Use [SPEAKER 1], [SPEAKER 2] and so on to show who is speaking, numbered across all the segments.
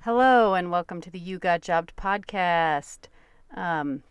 [SPEAKER 1] Hello, and welcome to the You Got Jobbed podcast. Um,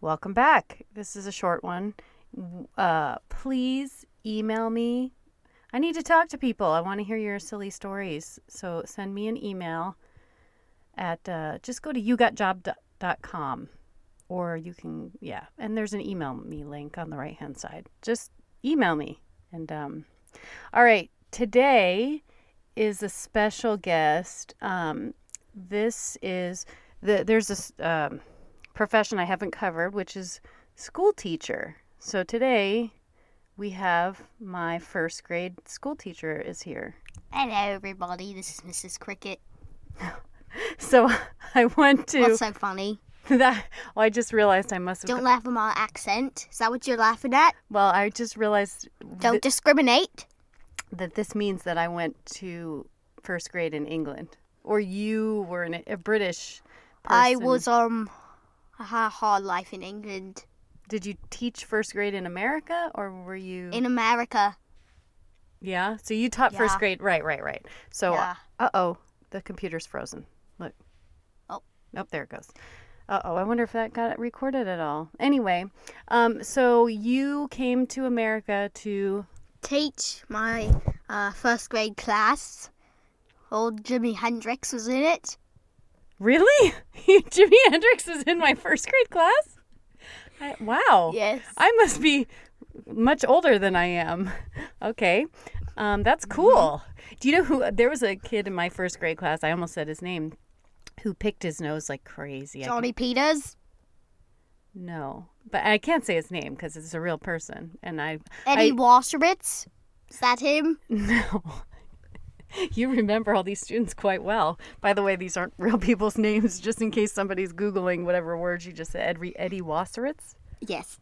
[SPEAKER 1] welcome back. This is a short one. W- Uh, please email me. I need to talk to people. I want to hear your silly stories. So send me an email at uh, just go to yougotjob.com or you can, yeah. And there's an email me link on the right hand side. Just email me. And um, all right, today is a special guest. Um, this is the there's this um, profession I haven't covered, which is school teacher. So today we have my first grade school teacher is here.
[SPEAKER 2] Hello, everybody. This is Mrs. Cricket.
[SPEAKER 1] So I want to
[SPEAKER 2] What's so funny?
[SPEAKER 1] that. Well, I just realized I must have.
[SPEAKER 2] Don't laugh at my accent. Is that what you're laughing at?
[SPEAKER 1] well, I just realized
[SPEAKER 2] Don't discriminate.
[SPEAKER 1] that this means that I went to first grade in England, or you were an, a British. Person.
[SPEAKER 2] I was um I had a hard life in England,
[SPEAKER 1] Did you teach first grade in America, or were you
[SPEAKER 2] in America.
[SPEAKER 1] Yeah. So you taught first
[SPEAKER 2] Yeah.
[SPEAKER 1] grade. Right, right, right. So,
[SPEAKER 2] Yeah.
[SPEAKER 1] uh oh, the computer's frozen. Look.
[SPEAKER 2] Oh.
[SPEAKER 1] Nope, there it goes. Uh oh, I wonder if that got recorded at all. Anyway, um, so you came to America to.
[SPEAKER 2] Teach my uh, first grade class. Old Jimi Hendrix was in it.
[SPEAKER 1] Really? Jimi Hendrix is in my first grade class? I, wow.
[SPEAKER 2] Yes.
[SPEAKER 1] Oh, I must be much older than I am. Okay. Um, that's
[SPEAKER 2] Mm-hmm.
[SPEAKER 1] cool. Do you know who? There was a kid in my first grade class, I almost said his name, who picked his nose like crazy. I
[SPEAKER 2] Johnny Peters.
[SPEAKER 1] No, but I can't say his name because it's a real person, and I
[SPEAKER 2] Eddie
[SPEAKER 1] I-
[SPEAKER 2] Wasserman. Is that him?
[SPEAKER 1] no. you remember all these students quite well. By the way, these aren't real people's names, just in case somebody's googling whatever words you just said. Ed- Eddie Wasseritz.
[SPEAKER 2] Yes.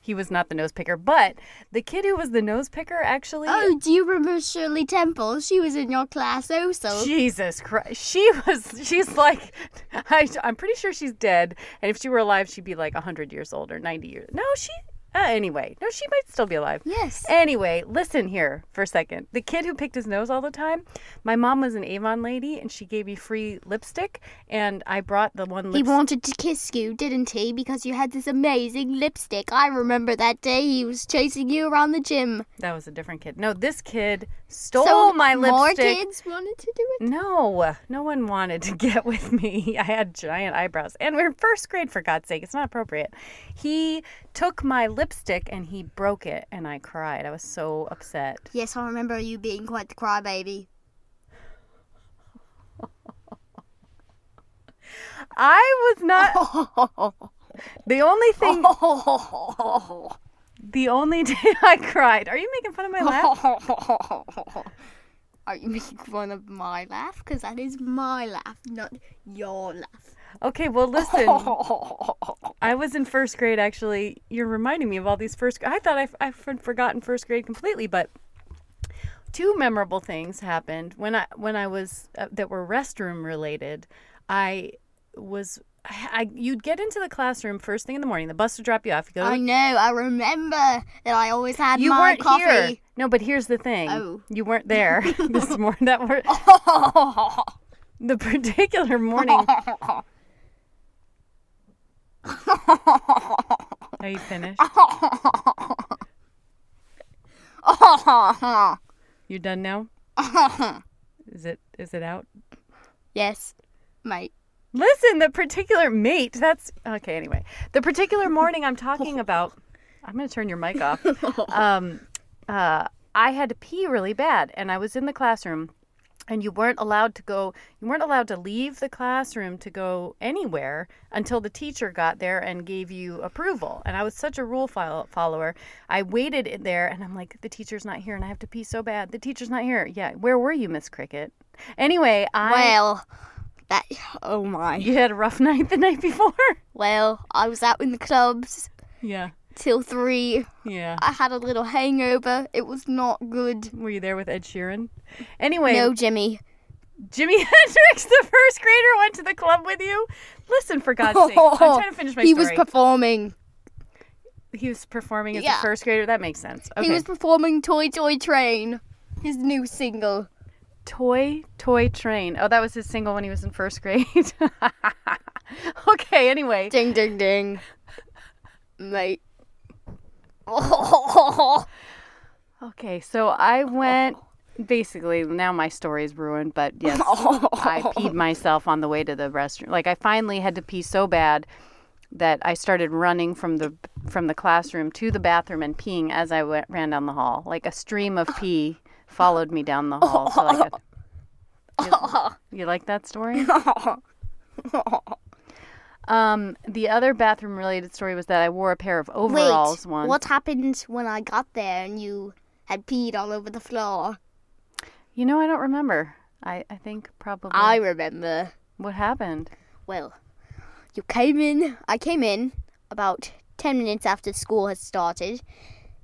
[SPEAKER 1] he was not the nose picker, but the kid who was the nose picker actually.
[SPEAKER 2] Oh, do you remember Shirley Temple? She was in your class also.
[SPEAKER 1] Jesus Christ. She was, she's like, I, I'm pretty sure she's dead. And if she were alive, she'd be like 100 years old or 90 years. No, she, uh, anyway, no, she might still be alive.
[SPEAKER 2] Yes.
[SPEAKER 1] Anyway, listen here for a second. The kid who picked his nose all the time, my mom was an Avon lady and she gave me free lipstick. And I brought the one
[SPEAKER 2] He
[SPEAKER 1] lipstick.
[SPEAKER 2] wanted to kiss you, didn't he? Because you had this amazing lipstick. I remember that day he was chasing you around the gym.
[SPEAKER 1] that was a different kid. No, this kid stole
[SPEAKER 2] so
[SPEAKER 1] Oh, my
[SPEAKER 2] more
[SPEAKER 1] lipstick.
[SPEAKER 2] kids wanted to do it.
[SPEAKER 1] No, no one wanted to get with me. I had giant eyebrows. And we're in first grade, for God's sake. It's not appropriate. He took my lipstick and he broke it, and I cried. I was so upset.
[SPEAKER 2] Yes, I remember you being quite the crybaby.
[SPEAKER 1] I was not. The only thing, the only day I cried. Are you making fun of my laugh?
[SPEAKER 2] Are you making fun of my laugh? Because that is my laugh, not your laugh.
[SPEAKER 1] Okay, well, listen. I was in first grade, actually. You're reminding me of all these first. I thought I, I had forgotten first grade completely, but two memorable things happened when I when I was uh, that were restroom related. I was I, I you'd get into the classroom first thing in the morning. The bus would drop you off. You go. to
[SPEAKER 2] I know. I remember that I always had
[SPEAKER 1] the- you
[SPEAKER 2] my
[SPEAKER 1] weren't
[SPEAKER 2] coffee.
[SPEAKER 1] here. No, but here's the thing.
[SPEAKER 2] Oh.
[SPEAKER 1] You weren't there this morning. That were the particular morning.
[SPEAKER 2] Oh.
[SPEAKER 1] Are you finished?
[SPEAKER 2] Oh.
[SPEAKER 1] You're done now.
[SPEAKER 2] Uh-huh.
[SPEAKER 1] Is it is it out?
[SPEAKER 2] yes, mate.
[SPEAKER 1] Listen, the particular mate, that's okay, anyway. The particular morning I'm talking about, I'm going to turn your mic off. Um, uh, I had to pee really bad, and I was in the classroom, and you weren't allowed to go, you weren't allowed to leave the classroom to go anywhere until the teacher got there and gave you approval. And I was such a rule fol- follower. I waited in there, and I'm like, the teacher's not here, and I have to pee so bad. The teacher's not here. Yeah, where were you, Miss Cricket? Anyway, I.
[SPEAKER 2] Well, that. Oh my.
[SPEAKER 1] you had a rough night the night before.
[SPEAKER 2] Well, I was out in the clubs
[SPEAKER 1] Yeah.
[SPEAKER 2] till three.
[SPEAKER 1] Yeah.
[SPEAKER 2] I had a little hangover. It was not good.
[SPEAKER 1] Were you there with Ed Sheeran? Anyway,
[SPEAKER 2] No, Jimmy.
[SPEAKER 1] Jimi Hendrix, the first grader, went to the club with you. Listen, for God's sake, I'm trying to finish my
[SPEAKER 2] he was
[SPEAKER 1] story.
[SPEAKER 2] performing.
[SPEAKER 1] he was performing as
[SPEAKER 2] Yeah.
[SPEAKER 1] a first grader. That makes sense. Okay.
[SPEAKER 2] He was performing Toy Toy Train, his new single.
[SPEAKER 1] Toy Toy Train. Oh, that was his single when he was in first grade. okay, anyway.
[SPEAKER 2] Ding, ding, ding. Mate. Oh,
[SPEAKER 1] Okay, so I went basically now my story is ruined, but yes, I peed myself on the way to the restroom. Like I finally had to pee so bad that I started running from the from the classroom to the bathroom and peeing as I went ran down the hall. Like a stream of pee followed me down the hall. So like a, you like that story? Um, the other bathroom related story was that I wore a pair of overalls
[SPEAKER 2] Wait,
[SPEAKER 1] once.
[SPEAKER 2] what happened when I got there and you had peed all over the floor?
[SPEAKER 1] You know, I don't remember. I, I think probably
[SPEAKER 2] I remember.
[SPEAKER 1] what happened.
[SPEAKER 2] Well, you came in. I came in about 10 minutes after school had started,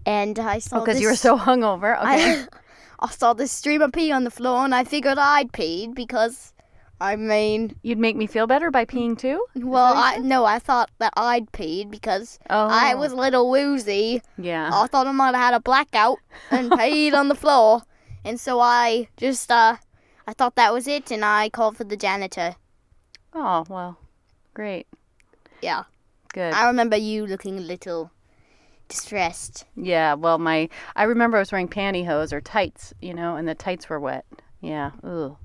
[SPEAKER 2] and I saw
[SPEAKER 1] Oh, because you
[SPEAKER 2] this-
[SPEAKER 1] were so hungover. Okay.
[SPEAKER 2] I, I saw this stream of pee on the floor, and I figured I'd peed because, I mean,
[SPEAKER 1] You'd make me feel better by peeing too?
[SPEAKER 2] well, I no, I thought that I'd peed because
[SPEAKER 1] Oh. Uh-huh.
[SPEAKER 2] I was a little woozy.
[SPEAKER 1] Yeah.
[SPEAKER 2] I thought I might have had a blackout and peed on the floor, and so I just uh, I thought that was it, and I called for the janitor.
[SPEAKER 1] Oh, well. Great.
[SPEAKER 2] Yeah,
[SPEAKER 1] Good.
[SPEAKER 2] I remember you looking a little distressed.
[SPEAKER 1] yeah, well my I remember I was wearing pantyhose or tights, you know, and the tights were wet. Yeah. Ooh.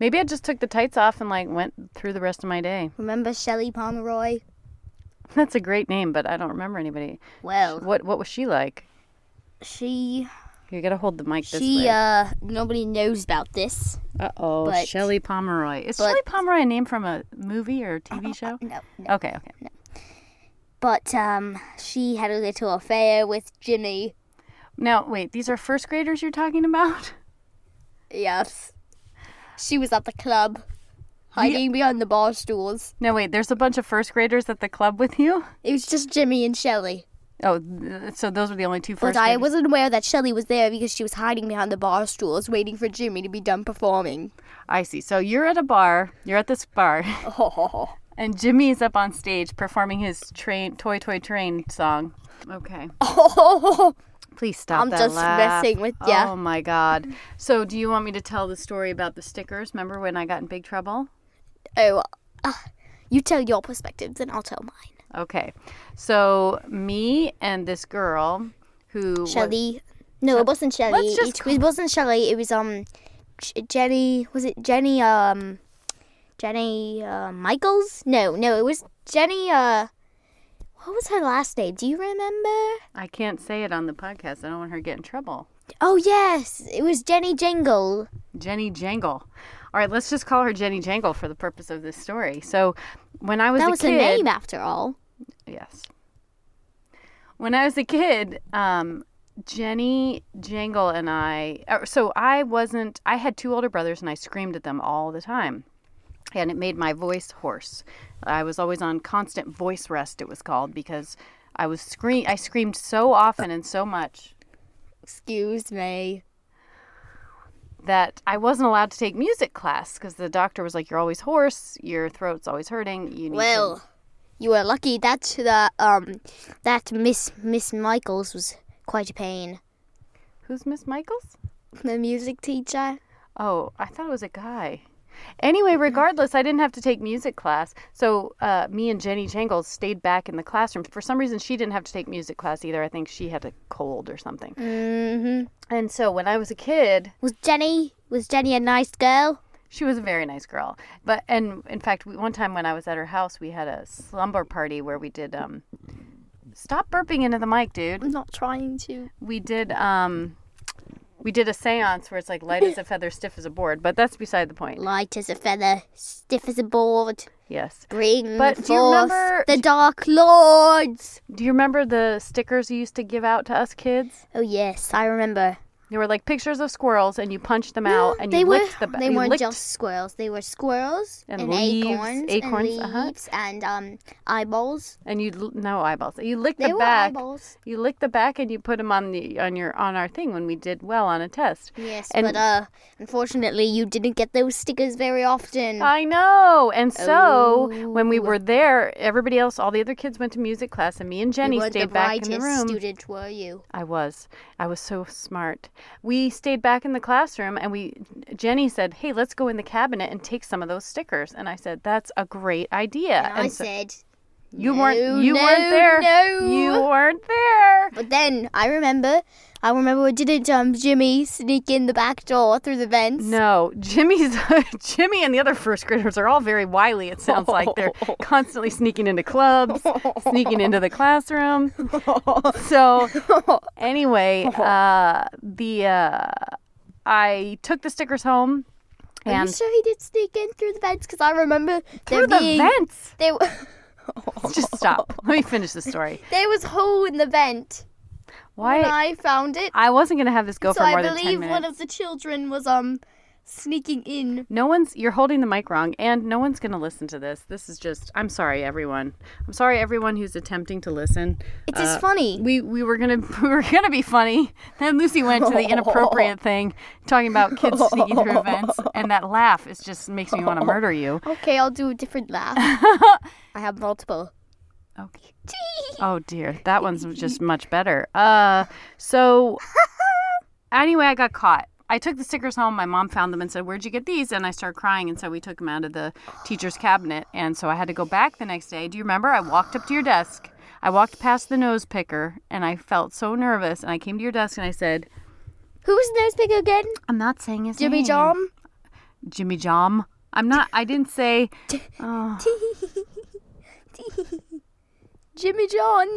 [SPEAKER 1] Maybe I just took the tights off and like went through the rest of my day.
[SPEAKER 2] Remember Shelley Pomeroy?
[SPEAKER 1] That's a great name, but I don't remember anybody.
[SPEAKER 2] Well,
[SPEAKER 1] What what was she like?
[SPEAKER 2] she
[SPEAKER 1] You gotta hold the mic this
[SPEAKER 2] she
[SPEAKER 1] way.
[SPEAKER 2] uh, nobody knows about this.
[SPEAKER 1] Uh oh,
[SPEAKER 2] but-
[SPEAKER 1] Shelley Pomeroy. Is
[SPEAKER 2] but-
[SPEAKER 1] Shelley Pomeroy a name from a movie or a TV show?
[SPEAKER 2] No, no.
[SPEAKER 1] Okay, okay.
[SPEAKER 2] But um, she had a little affair with Jimmy.
[SPEAKER 1] Now, wait, these are first graders you're talking about?
[SPEAKER 2] Yes. She was at the club, hiding behind the bar stools.
[SPEAKER 1] No, wait, there's a bunch of first graders at the club with you?
[SPEAKER 2] It was just Jimmy and Shelley.
[SPEAKER 1] Oh, th- so those were the only two
[SPEAKER 2] But
[SPEAKER 1] first
[SPEAKER 2] I
[SPEAKER 1] graders.
[SPEAKER 2] wasn't aware that Shelley was there because she was hiding behind the bar stools, waiting for Jimmy to be done performing.
[SPEAKER 1] I see. So you're at a bar, you're at this bar,
[SPEAKER 2] Oh.
[SPEAKER 1] and Jimmy is up on stage performing his train toy toy train song. Okay. Please stop
[SPEAKER 2] I'm
[SPEAKER 1] that
[SPEAKER 2] just
[SPEAKER 1] laugh.
[SPEAKER 2] messing with ya.
[SPEAKER 1] Oh my god. So do you want me to tell the story about the stickers? Remember when I got in big trouble?
[SPEAKER 2] Oh. Uh, you tell your perspectives and I'll tell mine.
[SPEAKER 1] Okay. So me and this girl who was-
[SPEAKER 2] Shelley. No, it wasn't Shelley.
[SPEAKER 1] Let's just
[SPEAKER 2] it, it wasn't Shelley. It was um, J- Jenny. Was it Jenny? Um, Jenny uh, Michaels? No, no, it was Jenny. Uh, what was her last name? Do you remember?
[SPEAKER 1] I can't say it on the podcast. I don't want her to get in trouble.
[SPEAKER 2] Oh yes, it was Jenny Jingle.
[SPEAKER 1] Jenny Jangle. All right, let's just call her Jenny Jangle for the purpose of this story. So, when I was
[SPEAKER 2] that
[SPEAKER 1] a
[SPEAKER 2] was
[SPEAKER 1] kid,
[SPEAKER 2] her name after all.
[SPEAKER 1] Yes. When I was a kid, um, Jenny Jangle and I, uh, so I wasn't, I had two older brothers and I screamed at them all the time. And it made my voice hoarse. I was always on constant voice rest, it was called, because I was scream, I screamed so often and so much
[SPEAKER 2] Excuse me.
[SPEAKER 1] that I wasn't allowed to take music class because the doctor was like, "You're always hoarse. Your throat's always hurting. You need." to-"
[SPEAKER 2] Well, you were lucky that the um that Miss Miss Michaels was quite a pain.
[SPEAKER 1] who's Miss Michaels?
[SPEAKER 2] The music teacher.
[SPEAKER 1] Oh, I thought it was a guy. Anyway, regardless, I didn't have to take music class. So uh, me and Jenny Jangles stayed back in the classroom. For some reason, she didn't have to take music class either. I think she had a cold or something.
[SPEAKER 2] Mm-hmm.
[SPEAKER 1] And so when I was a kid,
[SPEAKER 2] Was Jenny was Jenny a nice girl?
[SPEAKER 1] she was a very nice girl. But and in fact, we, one time when I was at her house, we had a slumber party where we did um. Stop burping into the mic, dude.
[SPEAKER 2] I'm not trying to.
[SPEAKER 1] we did um we did a seance where it's like light as a feather stiff as a board but that's beside the point
[SPEAKER 2] Light as a feather, stiff as a board.
[SPEAKER 1] yes
[SPEAKER 2] Bring
[SPEAKER 1] But do you
[SPEAKER 2] forth
[SPEAKER 1] remember-
[SPEAKER 2] the Dark Lords.
[SPEAKER 1] do you remember the stickers you used to give out to us kids
[SPEAKER 2] Oh yes, I remember. Mm,
[SPEAKER 1] they were like pictures of squirrels and you punched them out and
[SPEAKER 2] they
[SPEAKER 1] you
[SPEAKER 2] were
[SPEAKER 1] licked the
[SPEAKER 2] they
[SPEAKER 1] you
[SPEAKER 2] weren't
[SPEAKER 1] licked-
[SPEAKER 2] just squirrels. They were squirrels
[SPEAKER 1] And leaves,
[SPEAKER 2] acorns,
[SPEAKER 1] acorns,
[SPEAKER 2] and
[SPEAKER 1] uh-huh.
[SPEAKER 2] leaves and um eyeballs.
[SPEAKER 1] and you l- no eyeballs you licked
[SPEAKER 2] They
[SPEAKER 1] the
[SPEAKER 2] were
[SPEAKER 1] back
[SPEAKER 2] eyeballs.
[SPEAKER 1] you licked the back and you put them on the on your on our thing when we did well on a test
[SPEAKER 2] Yes,
[SPEAKER 1] And-
[SPEAKER 2] but uh, unfortunately, you didn't get those stickers very often.
[SPEAKER 1] I know. And so when we were there, everybody else, all the other kids went to music class, and me and
[SPEAKER 2] you
[SPEAKER 1] Jenny
[SPEAKER 2] weren't the
[SPEAKER 1] stayed back in
[SPEAKER 2] brightest
[SPEAKER 1] the room.
[SPEAKER 2] student, were you?
[SPEAKER 1] I was. I was so smart. we stayed back in the classroom and we Jenny said, "Hey, let's go in the cabinet and take some of those stickers." And I said, "That's a great idea."
[SPEAKER 2] And I
[SPEAKER 1] Uh, so-
[SPEAKER 2] said,
[SPEAKER 1] you weren't
[SPEAKER 2] "No,
[SPEAKER 1] you
[SPEAKER 2] no,
[SPEAKER 1] weren't there.
[SPEAKER 2] no."
[SPEAKER 1] You weren't there.
[SPEAKER 2] But then I remember, I remember we didn't um Jimmy sneak in the back door through the vents.
[SPEAKER 1] No, Jimmy's Jimmy and the other first graders are all very wily. It sounds like they're constantly sneaking into clubs, sneaking into the classroom. So anyway, uh, the uh, I took the stickers home
[SPEAKER 2] Are you
[SPEAKER 1] and
[SPEAKER 2] sure he did sneak in through the vents? Because I remember
[SPEAKER 1] through
[SPEAKER 2] there
[SPEAKER 1] the
[SPEAKER 2] being
[SPEAKER 1] vents.
[SPEAKER 2] there, w-
[SPEAKER 1] Just stop. Let me finish the story.
[SPEAKER 2] there was hole in the vent.
[SPEAKER 1] Why
[SPEAKER 2] and
[SPEAKER 1] I,
[SPEAKER 2] I found it.
[SPEAKER 1] wasn't gonna have this go
[SPEAKER 2] so
[SPEAKER 1] for more
[SPEAKER 2] I
[SPEAKER 1] than ten
[SPEAKER 2] believe
[SPEAKER 1] minutes.
[SPEAKER 2] one of the children was um sneaking in.
[SPEAKER 1] No one's you're holding the mic wrong and no one's going to listen to this. This is just I'm sorry everyone. I'm sorry everyone who's attempting to listen.
[SPEAKER 2] It's
[SPEAKER 1] Uh,
[SPEAKER 2] just funny.
[SPEAKER 1] We we were going to we were going to be funny. Then Lucy went to the inappropriate thing talking about kids sneaking through events and that laugh is just makes me want to murder you.
[SPEAKER 2] Okay, I'll do a different laugh. I have multiple.
[SPEAKER 1] Okay. Oh dear. That one's just much better. Uh so anyway, I got caught. I took the stickers home. My mom found them and said, "Where'd you get these?" And I started crying, and so we took them out of the teacher's cabinet. And so I had to go back the next day. Do you remember? I walked up to your desk. I walked past the nose picker, and I felt so nervous. And I came to your desk and I said,
[SPEAKER 2] Who was the nose picker again?
[SPEAKER 1] "I'm not saying his
[SPEAKER 2] Jimmy
[SPEAKER 1] name."
[SPEAKER 2] Jom.
[SPEAKER 1] Jimmy Jom. I'm not. I didn't say. Oh.
[SPEAKER 2] Jimmy John.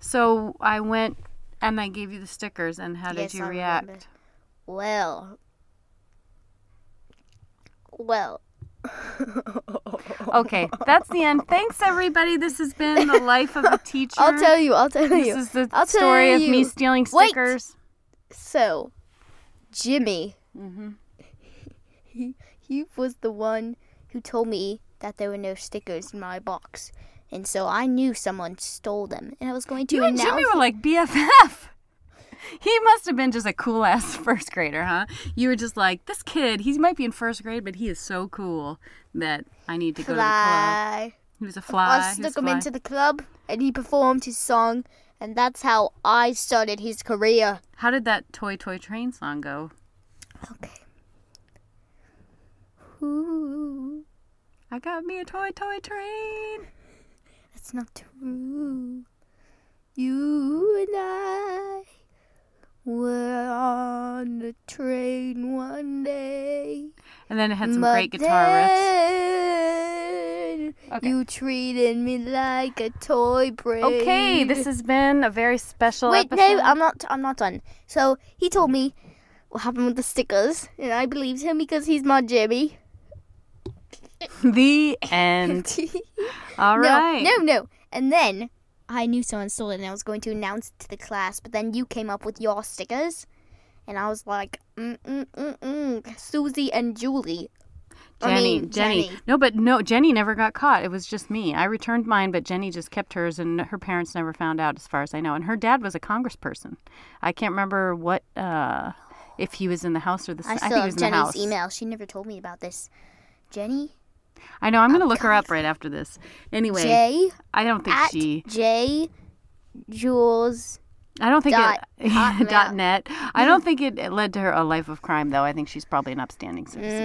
[SPEAKER 1] So I went and I gave you the stickers. And how did
[SPEAKER 2] Yes,
[SPEAKER 1] you
[SPEAKER 2] I
[SPEAKER 1] react?
[SPEAKER 2] remember. Well. Well.
[SPEAKER 1] Okay, that's the end. Thanks, everybody. This has been the life of a teacher.
[SPEAKER 2] I'll tell you. I'll tell
[SPEAKER 1] This
[SPEAKER 2] you.
[SPEAKER 1] is the
[SPEAKER 2] I'll tell
[SPEAKER 1] story of me
[SPEAKER 2] you.
[SPEAKER 1] stealing
[SPEAKER 2] Wait.
[SPEAKER 1] stickers.
[SPEAKER 2] So, Jimmy,
[SPEAKER 1] Mm-hmm.
[SPEAKER 2] he, he was the one who told me that there were no stickers in my box. And so I knew someone stole them. And I was going to
[SPEAKER 1] You and
[SPEAKER 2] announce
[SPEAKER 1] Jimmy were like BFF. He must have been just a cool ass first grader, huh? You were just like, this kid, he might be in first grade, but he is so cool that I need to go to the club.
[SPEAKER 2] fly.
[SPEAKER 1] He was a fly.
[SPEAKER 2] I
[SPEAKER 1] he was
[SPEAKER 2] snuck him
[SPEAKER 1] fly.
[SPEAKER 2] into the club and he performed his song. And that's how I started his career.
[SPEAKER 1] How did that Toy Toy Train song go?
[SPEAKER 2] Okay. Ooh,
[SPEAKER 1] I got me a Toy Toy Train.
[SPEAKER 2] that's not true. You and I were on a train one day.
[SPEAKER 1] And then it had some
[SPEAKER 2] but
[SPEAKER 1] great guitar riffs.
[SPEAKER 2] then
[SPEAKER 1] Okay.
[SPEAKER 2] You treated me like a toy brain.
[SPEAKER 1] Okay, this has been a very special
[SPEAKER 2] Wait,
[SPEAKER 1] episode.
[SPEAKER 2] no, I'm not. I'm not done. So he told me what happened with the stickers, and I believed him because he's my Jimmy.
[SPEAKER 1] the end. All right.
[SPEAKER 2] No, no, no. And then I knew someone stole it, and I was going to announce it to the class. But then you came up with your stickers, and I was like, mm mm mm mm, Susie and Julie. I
[SPEAKER 1] Jenny,
[SPEAKER 2] mean,
[SPEAKER 1] Jenny,
[SPEAKER 2] Jenny.
[SPEAKER 1] No, but no, Jenny never got caught. It was just me. I returned mine, but Jenny just kept hers, and her parents never found out, as far as I know. And her dad was a congressperson. I can't remember what, uh, if he was in the house or the.
[SPEAKER 2] I
[SPEAKER 1] I
[SPEAKER 2] still
[SPEAKER 1] think he was
[SPEAKER 2] have
[SPEAKER 1] in the house.
[SPEAKER 2] Jenny's email. She never told me about this. Jenny
[SPEAKER 1] I know. I'm gonna look her up right after this. Anyway,
[SPEAKER 2] Oh, J
[SPEAKER 1] I don't think
[SPEAKER 2] at
[SPEAKER 1] she.
[SPEAKER 2] J Jules.
[SPEAKER 1] I don't think
[SPEAKER 2] dot
[SPEAKER 1] it.
[SPEAKER 2] hotmail.
[SPEAKER 1] dot net. I don't think it, it led to her a life of crime, though. I think she's probably an upstanding citizen.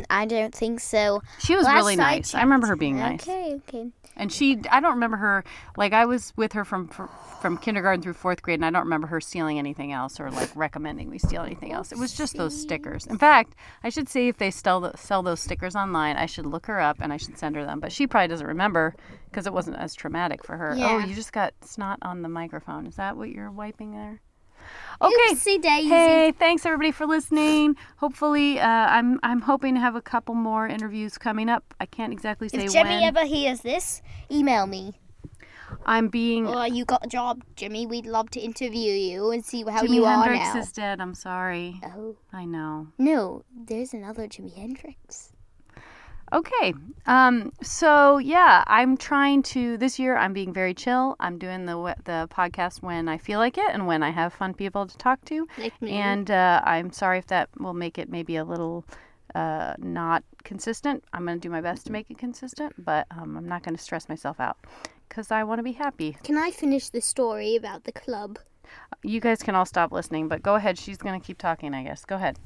[SPEAKER 2] Mm, I don't think so.
[SPEAKER 1] she was
[SPEAKER 2] Mm. last
[SPEAKER 1] really
[SPEAKER 2] I
[SPEAKER 1] nice. I remember her being nice.
[SPEAKER 2] Okay, okay.
[SPEAKER 1] And she, I don't remember her. Like I was with her from fr- from kindergarten through fourth grade, and I don't remember her stealing anything else or like recommending we steal anything else. It was just those stickers. In fact, I should see if they sell th sell those stickers online. I should look her up and I should send her them. But she probably doesn't remember because it wasn't as traumatic for her. Oh,
[SPEAKER 2] Yeah.
[SPEAKER 1] you just got snot on the microphone. Is that what you're wiping there? Okay.
[SPEAKER 2] Oopsie daisy.
[SPEAKER 1] Hey, thanks everybody for listening. Hopefully, uh, I'm I'm hoping to have a couple more interviews coming up. I can't exactly say
[SPEAKER 2] If Jimmy
[SPEAKER 1] when.
[SPEAKER 2] ever hears this, email me.
[SPEAKER 1] I'm being
[SPEAKER 2] Or you got a job, Jimmy. We'd love to interview you and see how
[SPEAKER 1] Jimi
[SPEAKER 2] you
[SPEAKER 1] Hendrix
[SPEAKER 2] are now.
[SPEAKER 1] is dead. I'm sorry.
[SPEAKER 2] Oh
[SPEAKER 1] I know.
[SPEAKER 2] no, there's another Jimi Hendrix.
[SPEAKER 1] Okay. Um. So yeah, I'm trying to this year. I'm being very chill. I'm doing the wh- the podcast when I feel like it and when I have fun people to talk to.
[SPEAKER 2] Like me.
[SPEAKER 1] And uh, I'm sorry if that will make it maybe a little uh, not consistent. I'm going to do my best to make it consistent, but um, I'm not going to stress myself out because I want to be happy.
[SPEAKER 2] Can I finish the story about the club?
[SPEAKER 1] You guys can all stop listening, but go ahead. She's going to keep talking, I guess. Go ahead.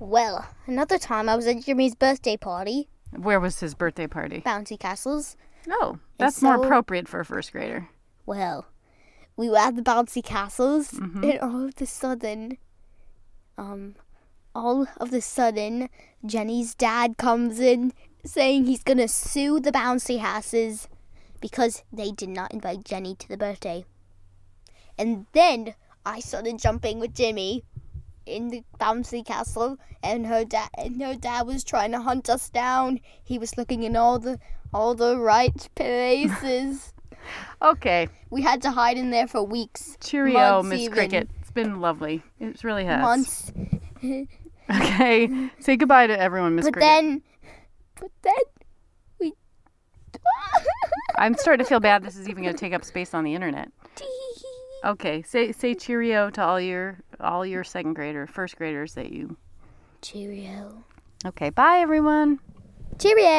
[SPEAKER 2] Well, another time I was at Jimmy's birthday party,
[SPEAKER 1] Where was his birthday party?
[SPEAKER 2] Bouncy Castles.
[SPEAKER 1] Oh, that's more
[SPEAKER 2] so-
[SPEAKER 1] appropriate for a first grader.
[SPEAKER 2] Well, we were at the bouncy castles, and all of the sudden, um, all of the sudden, Jenny's dad comes in saying he's gonna sue the bouncy houses because they did not invite Jenny to the birthday. And then I started jumping with Jimmy in the bouncy castle, and her dad and her dad was trying to hunt us down. He was looking in all the all the right places.
[SPEAKER 1] Okay.
[SPEAKER 2] We had to hide in there for weeks.
[SPEAKER 1] Cheerio,
[SPEAKER 2] Months
[SPEAKER 1] Miss
[SPEAKER 2] even.
[SPEAKER 1] Cricket. It's been lovely. It really has.
[SPEAKER 2] Months.
[SPEAKER 1] Okay. Say goodbye to everyone, Miss
[SPEAKER 2] But
[SPEAKER 1] Cricket.
[SPEAKER 2] then but then we
[SPEAKER 1] I'm starting to feel bad this is even going to take up space on the internet. Okay. Say say cheerio to all your all your second grader, first graders that you.
[SPEAKER 2] Cheerio.
[SPEAKER 1] Okay. Bye everyone.
[SPEAKER 2] Cheerio.